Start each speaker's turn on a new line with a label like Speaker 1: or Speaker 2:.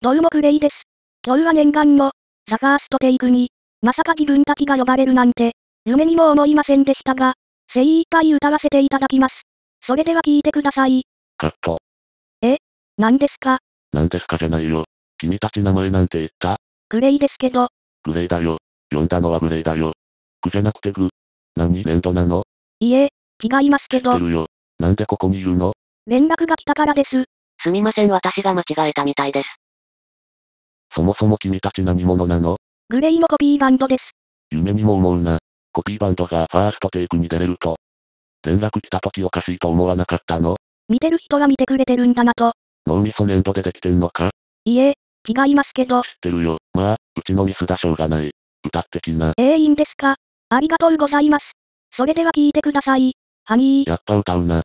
Speaker 1: どうもクレイです。今日は念願の、ザファーストテイクに、まさか自分たちが呼ばれるなんて、夢にも思いませんでしたが、精一杯歌わせていただきます。それでは聞いてください。
Speaker 2: カット。
Speaker 1: 何ですか
Speaker 2: なんですかじゃないよ。君たち名前なんて言った
Speaker 1: クレイですけど、
Speaker 2: グレイだよ。呼んだのはグレイだよ。グじゃなくてグ。何連動なの
Speaker 1: いいえ、違いますけ
Speaker 2: 知っ
Speaker 1: ど
Speaker 2: て、るよ。なんでここにいるの
Speaker 1: 連絡が来たからです。
Speaker 3: すみません私が間違えたみたいです。
Speaker 2: そもそも君たち何者なの
Speaker 1: グレイのコピーバンドです。
Speaker 2: 夢にも思うな。コピーバンドがファーストテイクに出れると。連絡来た時おかしいと思わなかったの
Speaker 1: 見てる人は見てくれてるんだなと、
Speaker 2: 脳みそ粘土でできてんのか
Speaker 1: いいえ、違いますけど
Speaker 2: 知、ってるよ。まあ、うちのミスだしょうがない。歌ってきな。
Speaker 1: ええいいんですかありがとうございます。それでは聞いてください。ハニー。
Speaker 2: やっぱ歌うな。